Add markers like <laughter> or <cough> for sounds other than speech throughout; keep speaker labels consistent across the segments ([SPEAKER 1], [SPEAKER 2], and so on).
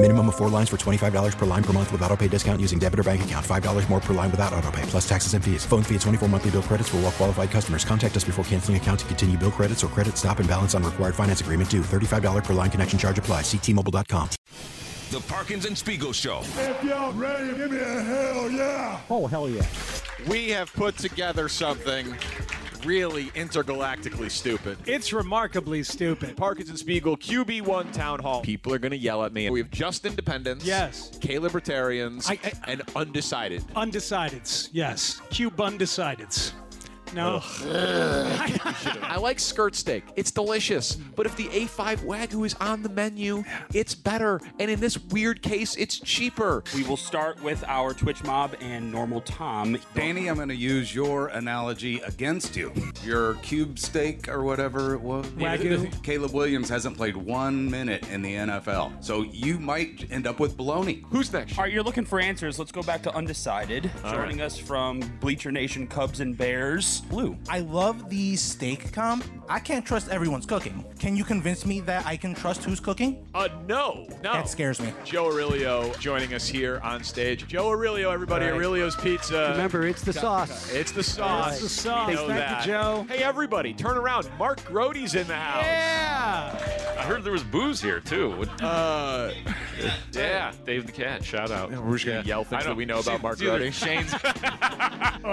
[SPEAKER 1] Minimum of four lines for $25 per line per month with auto pay discount using debit or bank account. $5 more per line without auto pay, plus taxes and fees. Phone fee at 24 monthly bill credits for all well qualified customers. Contact us before canceling account to continue bill credits or credit stop and balance on required finance agreement due. $35 per line connection charge applies. Ctmobile.com.
[SPEAKER 2] The Parkins and Spiegel Show.
[SPEAKER 3] If y'all ready, give me a hell yeah.
[SPEAKER 4] Oh, hell yeah.
[SPEAKER 5] We have put together something really intergalactically stupid.
[SPEAKER 4] It's remarkably stupid.
[SPEAKER 5] Parkinson Spiegel, QB1 Town Hall. People are going to yell at me. We have just independents.
[SPEAKER 4] Yes.
[SPEAKER 5] K libertarians.
[SPEAKER 4] I- I-
[SPEAKER 5] and undecided.
[SPEAKER 4] Undecideds, yes. Cube undecideds. No.
[SPEAKER 5] I like skirt steak. It's delicious. But if the A5 Wagyu is on the menu, it's better. And in this weird case, it's cheaper.
[SPEAKER 6] We will start with our Twitch mob and normal Tom.
[SPEAKER 7] Danny, I'm going to use your analogy against you. Your cube steak or whatever it was.
[SPEAKER 4] Wagyu.
[SPEAKER 7] Caleb Williams hasn't played one minute in the NFL, so you might end up with baloney.
[SPEAKER 5] Who's next?
[SPEAKER 6] All right, you're looking for answers. Let's go back to undecided. Joining us from Bleacher Nation Cubs and Bears, Blue.
[SPEAKER 8] I love the steak comp. I can't trust everyone's cooking. Can you convince me that I can trust who's cooking?
[SPEAKER 5] Uh, no. No.
[SPEAKER 8] That scares me.
[SPEAKER 5] Joe Aurelio joining us here on stage. Joe Aurelio, everybody. Aurelio's Pizza.
[SPEAKER 9] Remember, it's the sauce.
[SPEAKER 5] It's the sauce.
[SPEAKER 4] It's the sauce.
[SPEAKER 5] We know
[SPEAKER 4] Thank you,
[SPEAKER 5] that.
[SPEAKER 4] Joe.
[SPEAKER 5] Hey, everybody, turn around. Mark Grody's in the house.
[SPEAKER 4] Yeah.
[SPEAKER 10] I heard there was booze here too. What-
[SPEAKER 5] Uh, yeah.
[SPEAKER 10] Dave the Cat, shout out.
[SPEAKER 5] We're just gonna
[SPEAKER 10] Yeah.
[SPEAKER 5] yell things
[SPEAKER 10] I
[SPEAKER 5] that
[SPEAKER 10] don't-
[SPEAKER 5] we know about Mark
[SPEAKER 10] It's either
[SPEAKER 5] Grody. <laughs>
[SPEAKER 10] Shane's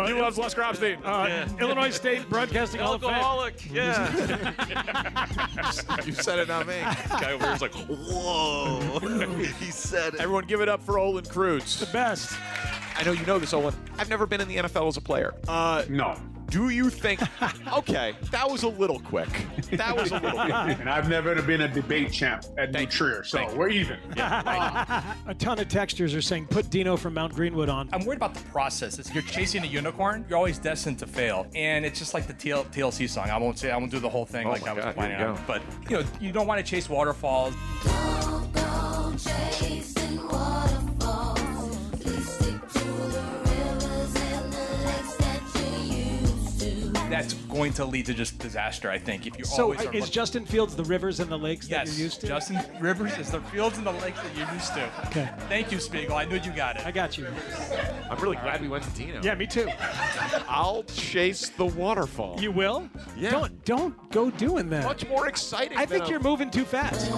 [SPEAKER 5] he loves Les Grobstein.
[SPEAKER 4] Uh, <laughs> Illinois State Broadcasting Hall of Fame.
[SPEAKER 10] alcoholic. Yeah.
[SPEAKER 5] <laughs> you said it, not me.
[SPEAKER 10] guy over here's like, whoa. <laughs> he said it.
[SPEAKER 5] Everyone, give it up for Olin Cruz.
[SPEAKER 4] Best.
[SPEAKER 5] I know you know this, Olin. I've never been in the NFL as a player. Uh,
[SPEAKER 3] No.
[SPEAKER 5] do you think? <laughs> Okay, that was a little quick. That was a little quick.
[SPEAKER 3] And I've never been a debate champ at New Trier, Oh, so we're even.
[SPEAKER 4] A ton of textures are saying put Dino from Mount Greenwood on.
[SPEAKER 6] I'm worried about the process. It's, you're chasing a unicorn, you're always destined to fail. And it's just like the TL, TLC song. I won't say, I won't do the whole thing
[SPEAKER 10] Oh
[SPEAKER 6] like
[SPEAKER 10] my
[SPEAKER 6] I was
[SPEAKER 10] God, here we
[SPEAKER 6] planning on.
[SPEAKER 10] go.
[SPEAKER 6] But, you know, you don't want to chase waterfalls. That's going to lead to just disaster, I think. If you
[SPEAKER 4] So uh,
[SPEAKER 6] always are
[SPEAKER 4] is
[SPEAKER 6] looking-
[SPEAKER 4] Justin Fields the rivers and the lakes
[SPEAKER 6] yes,
[SPEAKER 4] that you're used to?
[SPEAKER 6] Justin Rivers is the fields and the lakes that you're used to.
[SPEAKER 4] Okay.
[SPEAKER 6] Thank you, Spiegel. I knew you got it.
[SPEAKER 4] I got you.
[SPEAKER 5] I'm really glad we went to Dino.
[SPEAKER 4] Yeah, me too.
[SPEAKER 5] I'll chase the waterfall.
[SPEAKER 4] You will?
[SPEAKER 5] Yeah.
[SPEAKER 4] Don't don't go doing that.
[SPEAKER 5] Much more exciting.
[SPEAKER 4] I
[SPEAKER 5] than
[SPEAKER 4] think
[SPEAKER 5] a-
[SPEAKER 4] you're moving too fast.
[SPEAKER 5] You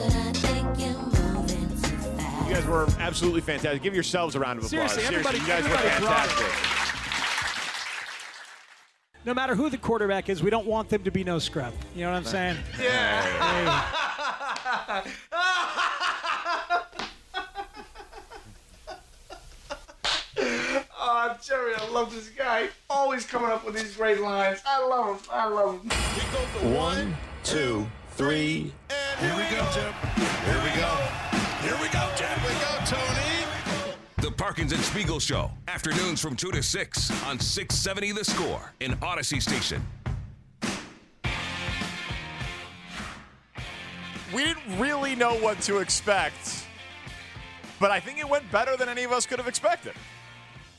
[SPEAKER 5] guys were absolutely fantastic. Give yourselves a round of applause.
[SPEAKER 4] Seriously, everybody-
[SPEAKER 5] you guys
[SPEAKER 4] everybody
[SPEAKER 5] were
[SPEAKER 4] brought it.
[SPEAKER 5] fantastic.
[SPEAKER 4] No matter who the quarterback is, we don't want them to be no scrub. You know what I'm saying? Yeah.
[SPEAKER 3] Oh, Jerry, I love this guy. Always coming up with these great lines. I love him. I love him.
[SPEAKER 2] One, two, three, and here we go, Jim. Here we go. Here we go, Jim. Here we go, Tony. The Parkins and Spiegel Show, afternoons from 2 to 6 on 670 The Score in Odyssey Station.
[SPEAKER 5] We didn't really know what to expect, but I think it went better than any of us could have expected.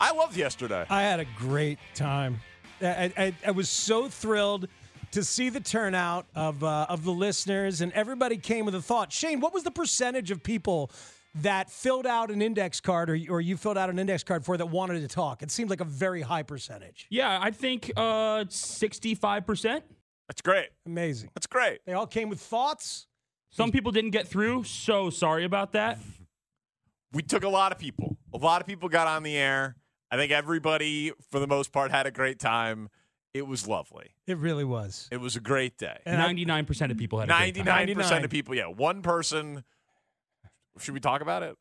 [SPEAKER 5] I loved yesterday.
[SPEAKER 11] I had a great time. I, I, I was so thrilled to see the turnout of uh, of the listeners, and everybody came with a thought. Shane, what was the percentage of people that filled out an index card, or, or you filled out an index card for that wanted to talk? It seemed like a very high percentage.
[SPEAKER 9] Yeah, I think uh, 65%.
[SPEAKER 5] That's great.
[SPEAKER 11] Amazing.
[SPEAKER 5] That's great.
[SPEAKER 11] They all came with thoughts.
[SPEAKER 9] Some people didn't get through. So sorry about that.
[SPEAKER 5] we took a lot of people. A lot of people got on the air. I think everybody, for the most part, had a great time. It was lovely.
[SPEAKER 11] It really was.
[SPEAKER 5] It was a great day.
[SPEAKER 11] And I-
[SPEAKER 9] 99% of people had a great time.
[SPEAKER 5] Ninety-nine percent
[SPEAKER 11] 99.
[SPEAKER 5] of people. Yeah, one person Should we talk about it?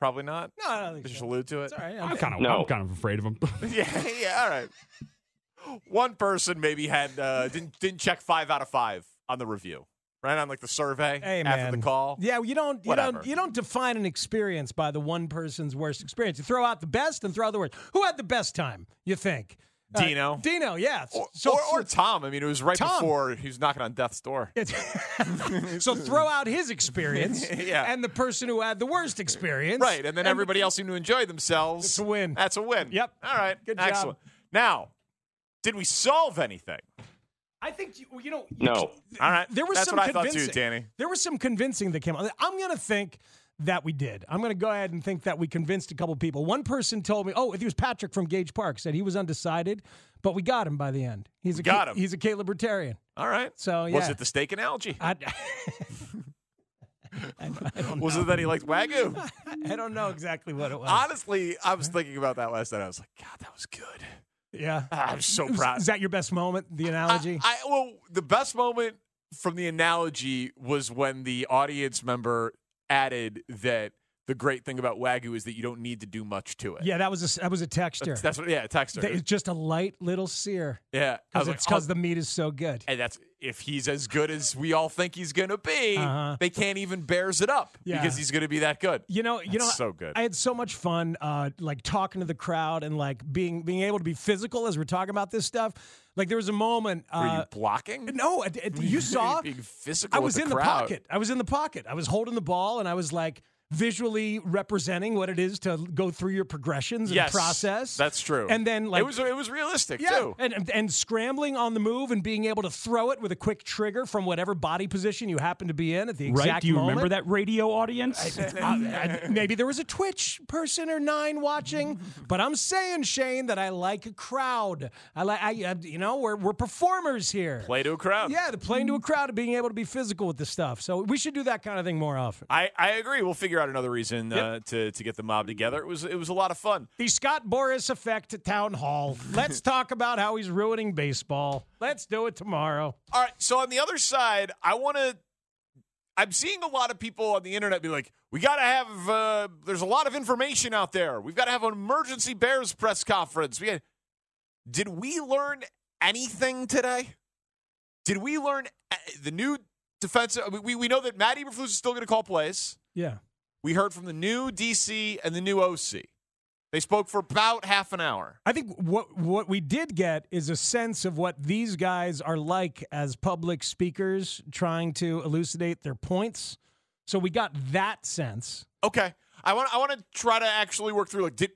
[SPEAKER 5] Probably not.
[SPEAKER 4] No, I don't think
[SPEAKER 5] Just allude to it.
[SPEAKER 4] all right.
[SPEAKER 9] I'm kind of
[SPEAKER 5] No.
[SPEAKER 9] I'm kind of afraid of him.
[SPEAKER 5] <laughs> yeah, yeah, all right. One person maybe had uh, didn't didn't check five out of five on the review, right? On like the survey
[SPEAKER 4] Hey,
[SPEAKER 5] after the
[SPEAKER 4] man.
[SPEAKER 5] call.
[SPEAKER 4] Yeah, you don't you
[SPEAKER 5] Whatever.
[SPEAKER 4] don't you don't define an experience by the one person's worst experience. You throw out the best and throw out the worst. Who had the best time? You think? Uh,
[SPEAKER 5] Dino.
[SPEAKER 4] Dino, yeah.
[SPEAKER 5] Or, or, or Tom. I mean, it was right
[SPEAKER 4] Tom.
[SPEAKER 5] before he was knocking on death's door.
[SPEAKER 4] <laughs> so throw out his experience
[SPEAKER 5] <laughs> Yeah.
[SPEAKER 4] and the person who had the worst experience.
[SPEAKER 5] Right, and then everybody else seemed to enjoy themselves. That's a win. That's a win. Yep. All right.
[SPEAKER 4] Good job.
[SPEAKER 5] Excellent. Now, did we solve anything?
[SPEAKER 4] I think you, you know
[SPEAKER 5] No. All right.
[SPEAKER 4] There was
[SPEAKER 5] That's
[SPEAKER 4] some
[SPEAKER 5] what I thought
[SPEAKER 4] convincing.
[SPEAKER 5] too, Danny.
[SPEAKER 4] There was some convincing that came out. I'm going to think that we did. I'm going to go ahead and think that we convinced a couple people. One person told me, oh, it was Patrick from Gage Park, said he was undecided, but we got him by the end. He's a
[SPEAKER 5] got
[SPEAKER 4] Ca-
[SPEAKER 5] him.
[SPEAKER 4] He's a K libertarian.
[SPEAKER 5] All right.
[SPEAKER 4] So yeah.
[SPEAKER 5] Was it the steak and algae?
[SPEAKER 4] I, <laughs>
[SPEAKER 5] was it that he liked
[SPEAKER 4] <laughs>
[SPEAKER 5] wagyu?
[SPEAKER 4] I don't know exactly what it was.
[SPEAKER 5] Honestly, I was thinking about that last night. I was like, God, that was good.
[SPEAKER 4] yeah.
[SPEAKER 5] I'm so
[SPEAKER 4] Is-
[SPEAKER 5] proud.
[SPEAKER 4] Is that your best moment? The analogy?
[SPEAKER 5] I well, the best moment from the analogy was when the audience member added that the great thing about wagyu is that you don't need to do much to it.
[SPEAKER 4] yeah, that was a, s- that was a texture.
[SPEAKER 5] That's, that's what. Yeah, texture.
[SPEAKER 4] That is just a light little sear.
[SPEAKER 5] yeah, I was
[SPEAKER 4] Because
[SPEAKER 5] like,
[SPEAKER 4] it's because
[SPEAKER 5] oh,
[SPEAKER 4] the meat is so good.
[SPEAKER 5] and that's if he's as good as we all think he's going to be. They can't even bears it up
[SPEAKER 4] Uh-huh. Yeah.
[SPEAKER 5] because he's going to be that good.
[SPEAKER 4] You know, you
[SPEAKER 5] That's
[SPEAKER 4] know,
[SPEAKER 5] so good.
[SPEAKER 4] I had so much fun, uh, like talking to the crowd and like being being able to be physical as we're talking about this stuff. Like there was a moment. Uh,
[SPEAKER 5] Were you blocking?
[SPEAKER 4] No, I- I-
[SPEAKER 5] <laughs>
[SPEAKER 4] you saw.
[SPEAKER 5] being physical.
[SPEAKER 4] I
[SPEAKER 5] with
[SPEAKER 4] was in the
[SPEAKER 5] crowd.
[SPEAKER 4] pocket. I was in the pocket. I was holding the ball, and I was like visually representing what it is to go through your progressions and
[SPEAKER 5] Yes,
[SPEAKER 4] process.
[SPEAKER 5] That's true.
[SPEAKER 4] And then like
[SPEAKER 5] it was it was realistic
[SPEAKER 4] yeah,
[SPEAKER 5] too.
[SPEAKER 4] And and scrambling on the move and being able to throw it with a quick trigger from whatever body position you happen to be in at the exact
[SPEAKER 9] right? Do you
[SPEAKER 4] moment.
[SPEAKER 9] remember that radio audience? <laughs>
[SPEAKER 4] I- I- maybe there was a Twitch person or nine watching, but I'm saying Shane that I like a crowd. I like I, I you know we're we're performers here.
[SPEAKER 5] Play to a crowd.
[SPEAKER 4] Yeah, the playing to a crowd and being able to be physical with this stuff. So we should do that kind of thing more often.
[SPEAKER 5] I, I agree. We'll figure out another reason uh, to to get the mob together. It was it was a lot of fun.
[SPEAKER 4] The Scott Boris effect at town hall. Let's talk about how he's ruining baseball. Let's do it tomorrow.
[SPEAKER 5] All right. So on the other side, I want to. I'm seeing a lot of people on the internet be like, "We got to have." Uh, there's a lot of information out there. We've got to have an emergency Bears press conference. We did we learn anything today? Did we learn uh, the new defensive? I mean, we we know that Matt Eberflus is still going to call plays.
[SPEAKER 4] Yeah.
[SPEAKER 5] We heard from the new DC and the new OC. They spoke for about half an hour.
[SPEAKER 4] I think what what we did get is a sense of what these guys are like as public speakers trying to elucidate their points. So we got that sense.
[SPEAKER 5] Okay. I want I want to try to actually work through like did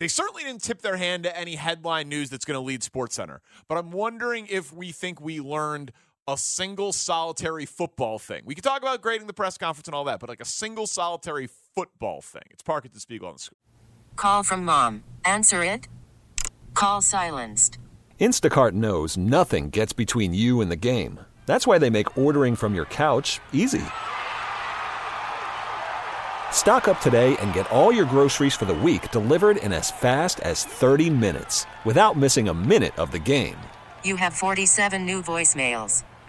[SPEAKER 5] they certainly didn't tip their hand to any headline news that's going to lead SportsCenter. But I'm wondering if we think we learned a single solitary football thing. We could talk about grading the press conference and all that, but like a single solitary football thing. It's Park at the Spiegel on the screen.
[SPEAKER 12] Call from mom. Answer it. Call silenced.
[SPEAKER 13] Instacart knows nothing gets between you and the game. That's why they make ordering from your couch easy. Stock up today and get all your groceries for the week delivered in as fast as 30 minutes without missing a minute of the game.
[SPEAKER 12] You have 47 new voicemails.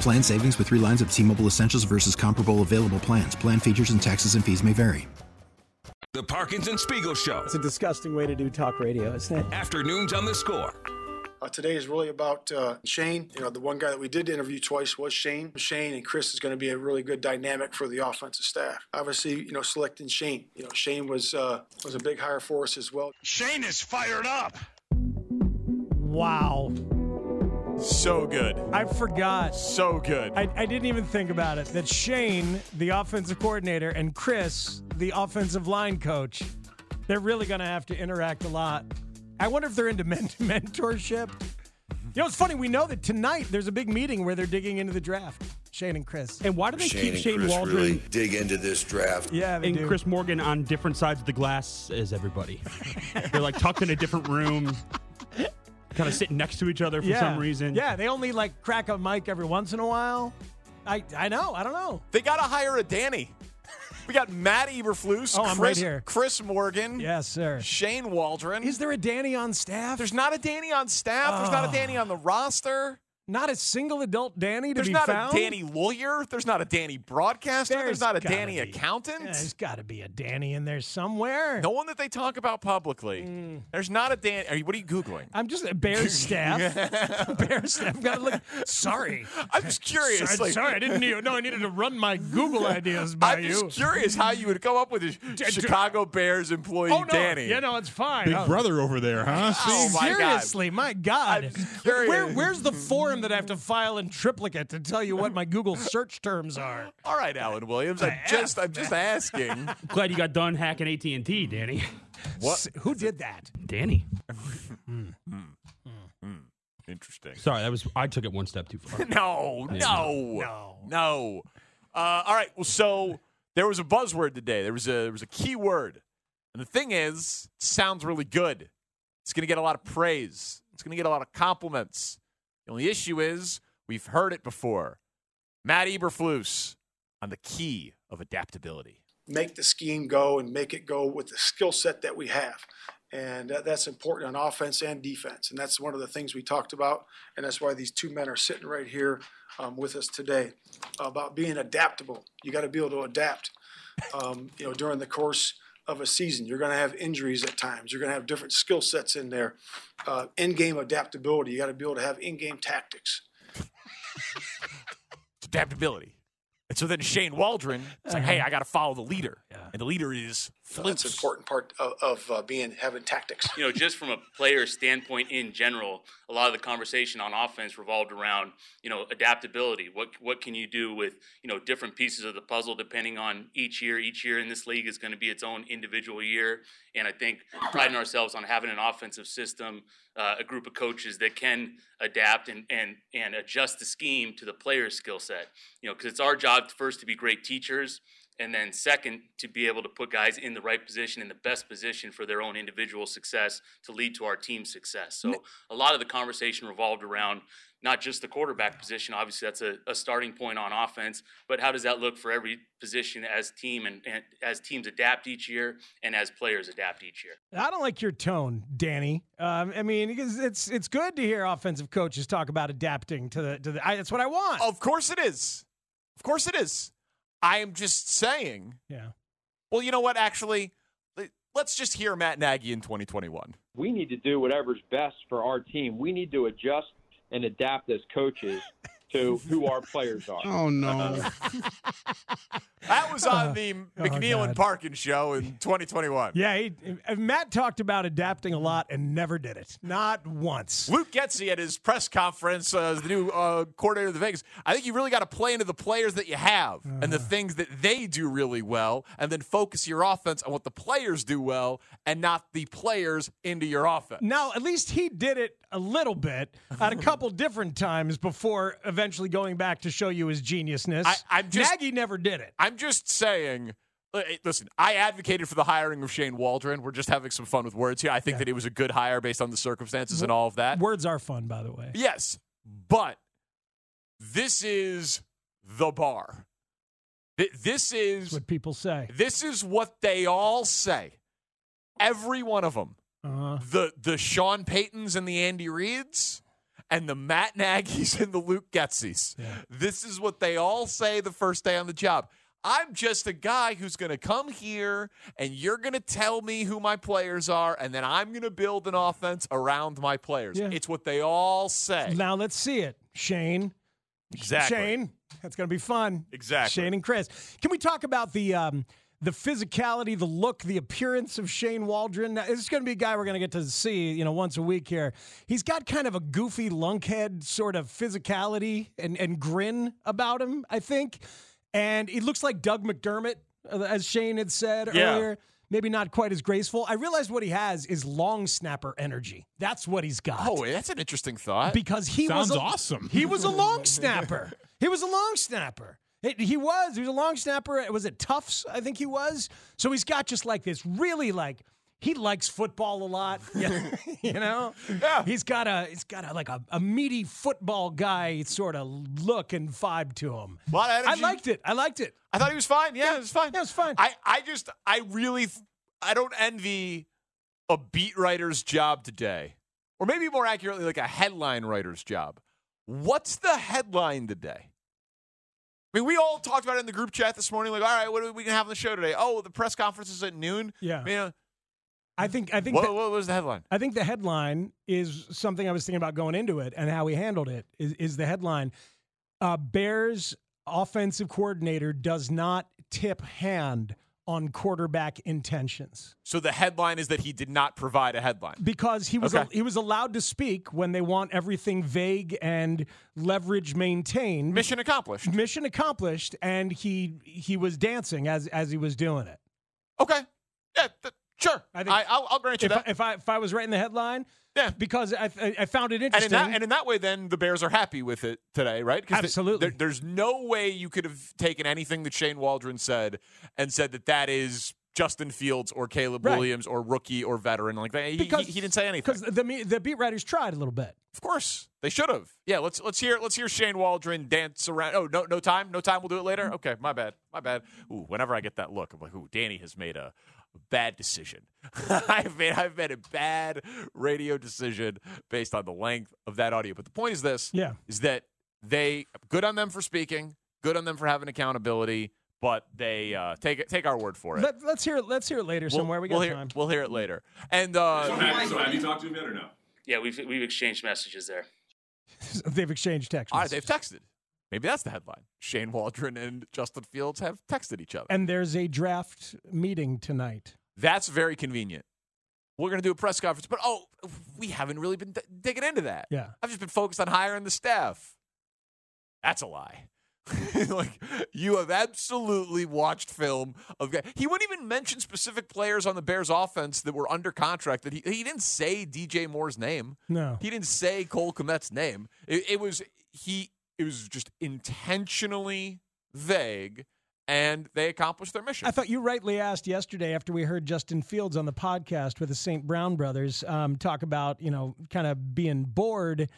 [SPEAKER 1] Plan savings with three lines of T Mobile Essentials versus comparable available plans. Plan features and taxes and fees may vary.
[SPEAKER 2] The Parkinson Spiegel Show.
[SPEAKER 14] It's a disgusting way to do talk radio, isn't it?
[SPEAKER 2] Afternoons on the score.
[SPEAKER 15] Uh, today is really about uh, Shane. You know, the one guy that we did interview twice was Shane. Shane and Chris is going to be a really good dynamic for the offensive staff. Obviously, you know, selecting Shane. You know, Shane was uh, was a big hire for us as well. Shane is fired up.
[SPEAKER 4] Wow.
[SPEAKER 5] So good.
[SPEAKER 4] I forgot.
[SPEAKER 5] So good.
[SPEAKER 4] I, I didn't even think about it. That Shane, the offensive coordinator, and Chris, the offensive line coach, they're really going to have to interact a lot. I wonder if they're into men- <laughs> mentorship. You know, it's funny. We know that tonight there's a big meeting where they're digging into the draft. Shane and Chris.
[SPEAKER 9] And why do they
[SPEAKER 16] Shane
[SPEAKER 9] keep
[SPEAKER 16] and
[SPEAKER 9] Shane
[SPEAKER 16] Chris
[SPEAKER 9] Waldron
[SPEAKER 16] really dig into this draft.
[SPEAKER 4] Yeah,
[SPEAKER 9] and Chris Morgan on different sides of the glass as <laughs> everybody? They're like tucked in a different room, kind of sitting next to each other for
[SPEAKER 4] Yeah.
[SPEAKER 9] some reason.
[SPEAKER 4] Yeah, they only like crack a mic every once in a while. I I know. I don't know.
[SPEAKER 5] They got to hire a Danny. We got Matt Eberflus.
[SPEAKER 4] Oh, I'm right
[SPEAKER 5] Chris,
[SPEAKER 4] here.
[SPEAKER 5] Chris Morgan.
[SPEAKER 4] Yes, sir.
[SPEAKER 5] Shane Waldron.
[SPEAKER 4] Is there a Danny on staff?
[SPEAKER 5] There's not a Danny on staff. There's not a
[SPEAKER 4] Ah.
[SPEAKER 5] Danny on the roster.
[SPEAKER 4] Not a single adult Danny to
[SPEAKER 5] There's
[SPEAKER 4] be
[SPEAKER 5] not
[SPEAKER 4] found.
[SPEAKER 5] a Danny lawyer. There's not a Danny broadcaster. There's,
[SPEAKER 4] There's
[SPEAKER 5] not a
[SPEAKER 4] gotta
[SPEAKER 5] Danny
[SPEAKER 4] be.
[SPEAKER 5] accountant.
[SPEAKER 4] Yeah, there's got to be a Danny in there somewhere.
[SPEAKER 5] no one that they talk about publicly.
[SPEAKER 4] Mm.
[SPEAKER 5] There's not a Danny. Are you, what are you
[SPEAKER 4] <laughs>
[SPEAKER 5] Googling?
[SPEAKER 4] I'm just
[SPEAKER 5] <laughs>
[SPEAKER 4] Bears <laughs> staff. Bears staff. Got to look. Sorry.
[SPEAKER 5] <laughs> I'm just curious.
[SPEAKER 4] Sorry,
[SPEAKER 5] like-
[SPEAKER 4] sorry, I didn't need. No, I needed to run
[SPEAKER 5] <laughs>
[SPEAKER 4] my Google ideas by
[SPEAKER 5] I'm
[SPEAKER 4] you.
[SPEAKER 5] just curious how you would come up with
[SPEAKER 4] <laughs> D-
[SPEAKER 5] a
[SPEAKER 4] d-
[SPEAKER 5] Chicago Bears employee
[SPEAKER 4] Oh no!
[SPEAKER 5] Danny.
[SPEAKER 4] Yeah, no, it's fine.
[SPEAKER 9] Big
[SPEAKER 4] Oh.
[SPEAKER 9] brother over there, huh?
[SPEAKER 5] Oh, my God.
[SPEAKER 4] Seriously, my God. Where, where's the form that I have to file in triplicate to tell you what my Google search
[SPEAKER 6] <laughs>
[SPEAKER 4] terms are?
[SPEAKER 5] All right, Alan Williams. I'm just, I'm just
[SPEAKER 4] <laughs>
[SPEAKER 5] asking.
[SPEAKER 9] Glad you got done hacking AT and T, Danny.
[SPEAKER 5] What?
[SPEAKER 4] Who did that?
[SPEAKER 9] Danny.
[SPEAKER 5] Interesting.
[SPEAKER 9] Sorry, that was I took it one step too far.
[SPEAKER 5] <laughs> No,
[SPEAKER 9] Yeah.
[SPEAKER 5] no, no, no. Uh, all right. Well, so there was a buzzword today. There was a there was a key word, and the thing is, it sounds really good. It's going to get a lot of praise. It's going to get a lot of compliments. The only issue is we've heard it before. Matt Eberflus on the key of adaptability.
[SPEAKER 15] make the scheme go and make it go with the skill set that we have. And that, that's important on offense and defense. And that's one of the things we talked about. And that's why these two men are sitting right here um, with us today about being adaptable. You got to be able to adapt. Um, you know, during the course of a season, you're going to have injuries at times. You're going to have different skill sets in there. Uh, in-game adaptability. You got to be able to have in-game tactics.
[SPEAKER 5] It's <laughs> adaptability. And so then Shane Waldron, it's like,
[SPEAKER 15] Uh-huh.
[SPEAKER 5] hey, I got to follow the leader, and the leader is
[SPEAKER 15] So that's an important part of, of uh, being having tactics.
[SPEAKER 6] you know, just from a player standpoint in general, a lot of the conversation on offense revolved around, Oh, you know, adaptability. What what can you do with, you know, different pieces of the puzzle depending on each year. Each year in this league is going to be its own individual year, and I think priding ourselves on having an offensive system, uh, a group of coaches that can adapt and and and adjust the scheme to the player's skill set. You know, because it's our job first to be great teachers and then second to be able to put guys in the right position in the best position for their own individual success to lead to our team's success so a lot of the conversation revolved around not just the quarterback position obviously that's a, a starting point on offense but how does that look for every position as team and, and as teams adapt each year and as players adapt each year
[SPEAKER 4] I don't like your tone, Danny. Um, I mean, because it's it's good to hear offensive coaches talk about adapting to the to the. I, that's what I want.
[SPEAKER 6] Oh.
[SPEAKER 5] Of course it is. Of course it is. I am just saying.
[SPEAKER 4] Yeah.
[SPEAKER 5] Well, you know what? Actually, le- let's just hear Matt Nagy in 2021.
[SPEAKER 17] we need to do whatever's best for our team. We need to adjust and adapt as coaches to who our players are.
[SPEAKER 9] Oh, no.
[SPEAKER 5] That was
[SPEAKER 6] <laughs>
[SPEAKER 5] on the
[SPEAKER 6] Oh,
[SPEAKER 5] McNeil and
[SPEAKER 4] God.
[SPEAKER 5] Parkin show in 2021.
[SPEAKER 4] Yeah, he, uh, Matt talked about adapting a lot and never did it. Not once.
[SPEAKER 5] Luke Getzey at his press conference uh, as the new uh, coordinator of the Vegas. I think you really got to play into the players that you have and the things that they do really well, and then focus your offense on what the players do well and not the players into your offense.
[SPEAKER 4] Now, at least he did it a little bit at
[SPEAKER 5] <laughs>
[SPEAKER 4] a couple different times before eventually going back to show you his geniusness.
[SPEAKER 5] I- I'm just-
[SPEAKER 4] Nagy never did it.
[SPEAKER 5] I'm just saying. uh, Listen, I advocated for the hiring of Shane Waldron. We're just having some fun with words here. I think that it was a good hire based on the circumstances and all of that.
[SPEAKER 4] Words are fun, by the way.
[SPEAKER 5] Uh, Yes, but this is the bar. Th- This is
[SPEAKER 4] What people say.
[SPEAKER 5] this is what they all say. Every one of them.
[SPEAKER 4] Uh-huh.
[SPEAKER 5] The the Sean Paytons and the Andy Reeds and the Matt Nagy's and the Luke Getzey's. This is what they all say the first day on the job. I'm just a guy who's going to come here and you're going to tell me who my players are and then I'm going to build an offense around my players.
[SPEAKER 4] Yeah.
[SPEAKER 5] It's what they all say.
[SPEAKER 4] Now let's see it, Shane.
[SPEAKER 5] Exactly.
[SPEAKER 4] Shane, that's going to be fun.
[SPEAKER 5] Exactly.
[SPEAKER 4] Shane and Chris. Can we talk about the um, the physicality, the look, the appearance of Shane Waldron? Now, This is going to be a guy we're going to get to see, you know, once a week here. He's got kind of a goofy lunkhead sort of physicality and and grin about him, I think. And he looks like Doug McDermott, uh, as Shane had said
[SPEAKER 5] Yeah.
[SPEAKER 4] earlier. Maybe not quite as graceful. I realized what he has is long snapper energy. That's what he's got
[SPEAKER 5] Oh, that's an interesting thought.
[SPEAKER 4] <laughs> because he was
[SPEAKER 5] Sounds
[SPEAKER 4] a-
[SPEAKER 5] awesome. <laughs>
[SPEAKER 4] He was a long snapper. He was a long snapper. It- he was. He was a long snapper. It was at Tufts, I think he was. So he's got just like this really like he likes football a lot. <laughs>
[SPEAKER 5] <laughs>
[SPEAKER 4] Yeah. you know? Yeah. He's got a he's got a like a, a meaty football guy sort of look and vibe to him.
[SPEAKER 5] A lot of
[SPEAKER 4] I
[SPEAKER 5] energy.
[SPEAKER 4] liked it. I liked it.
[SPEAKER 5] I thought he was fine. Yeah, it was fine. Yeah, it
[SPEAKER 4] was fine.
[SPEAKER 5] I, I just, I really, th- I don't envy a beat writer's job today, or maybe more accurately, like a headline writer's job. What's the headline today? I mean, we all talked about it in the group chat this morning. Like, all right, what are we gonna have on the show today? Oh, the press conference is at noon.
[SPEAKER 4] Yeah.
[SPEAKER 5] I mean, uh,
[SPEAKER 4] I think I think
[SPEAKER 5] what,
[SPEAKER 4] that-
[SPEAKER 5] what was the headline?
[SPEAKER 4] I think the headline is something I was thinking about going into it and how he handled it is, is the headline. Uh, Bears offensive coordinator does not tip hand on quarterback intentions
[SPEAKER 5] So the headline is that he did not provide a headline.
[SPEAKER 4] because he was
[SPEAKER 5] Okay.
[SPEAKER 4] he was allowed to speak when they want everything vague and leverage maintained.
[SPEAKER 5] Mission accomplished.
[SPEAKER 4] Mission accomplished, and he he was dancing as as he was doing it.
[SPEAKER 5] Okay. Yeah. Th- sure.
[SPEAKER 4] I
[SPEAKER 5] I, I'll, I'll grant you
[SPEAKER 4] if
[SPEAKER 5] that.
[SPEAKER 4] I, if I if I was writing the headline,
[SPEAKER 5] yeah,
[SPEAKER 4] because I I- I found it
[SPEAKER 5] and in
[SPEAKER 4] interesting.
[SPEAKER 5] that and in that way, then the Bears are happy with it today, right? 'Cause the-
[SPEAKER 4] Absolutely.
[SPEAKER 5] there- there's no way you could have taken anything that Shane Waldron said and said that that is Justin Fields or Caleb
[SPEAKER 4] Right.
[SPEAKER 5] Williams or rookie or veteran. Like that. He,
[SPEAKER 4] Because-
[SPEAKER 5] he, he didn't say anything.
[SPEAKER 4] because the me- the beat writers tried a little bit.
[SPEAKER 5] Of course, they should have. Yeah, let's let's hear let's hear Shane Waldron dance around. Oh no, no time, no time. We'll do it later.
[SPEAKER 4] Mm-hmm.
[SPEAKER 5] Okay, my bad, my bad. Ooh, whenever I get that look, I'm like, ooh, Danny has made a bad decision. <laughs> I've made I've made a bad radio decision based on the length of that audio. But the point is this:
[SPEAKER 4] Yeah.
[SPEAKER 5] is that they good on them for speaking, good on them for having accountability, but they uh, take it- take our word for it.
[SPEAKER 4] Let, let's hear it. Let's hear it later
[SPEAKER 5] We'll-
[SPEAKER 4] somewhere. We got
[SPEAKER 5] we'll hear,
[SPEAKER 4] time.
[SPEAKER 5] We'll hear it later. And uh,
[SPEAKER 6] talked to him yet or no? Yeah, we've we've exchanged messages there.
[SPEAKER 4] <laughs> They've exchanged texts,
[SPEAKER 5] All right, they've texted. Maybe that's the headline. Shane Waldron and Justin Fields have texted each other.
[SPEAKER 4] and there's a draft meeting tonight.
[SPEAKER 5] That's very convenient. We're going to do a press conference, but oh, we haven't really been d- digging into that.
[SPEAKER 4] Yeah.
[SPEAKER 5] I've just been focused on hiring the staff. That's a lie. <laughs> like you have absolutely watched film of guy. He wouldn't even mention specific players on the Bears offense that were under contract. That he he didn't say DJ Moore's name.
[SPEAKER 4] No.
[SPEAKER 5] He didn't say Cole Komet's name. It, it was he. It was just intentionally vague, and they accomplished their mission.
[SPEAKER 4] I thought you rightly asked yesterday after we heard Justin Fields on the podcast with the St. Brown brothers um, talk about, you know, kind of being bored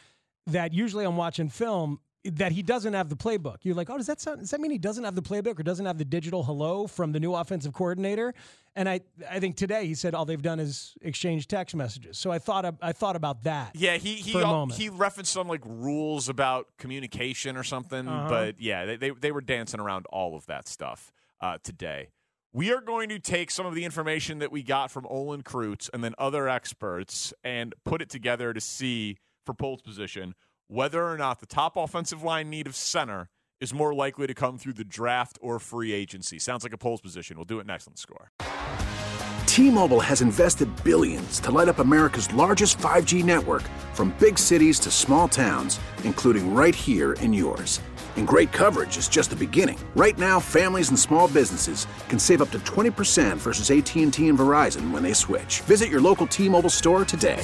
[SPEAKER 4] that usually I'm watching film that he doesn't have the playbook. You're like, oh, does that sound, does that mean he doesn't have the playbook or doesn't have the digital hello from the new offensive coordinator? And I, I think today he said all they've done is exchange text messages. So I thought, I thought about that.
[SPEAKER 5] Yeah, he he
[SPEAKER 4] for a
[SPEAKER 5] al-
[SPEAKER 4] moment.
[SPEAKER 5] he referenced some like rules about communication or something,
[SPEAKER 4] Uh-huh.
[SPEAKER 5] but yeah, they, they they were dancing around all of that stuff uh, today. We are going to take some of the information that we got from Olin Kreutz and then other experts and put it together to see for Poll's position whether or not the top offensive line need of center is more likely to come through the draft or free agency. Sounds like a Poll's position. We'll do it next on the score.
[SPEAKER 18] T-Mobile has invested billions to light up America's largest 5G network from big cities to small towns, including right here in yours. And great coverage is just the beginning. Right now, families and small businesses can save up to 20% versus AT&T and Verizon when they switch. Visit your local T-Mobile store today.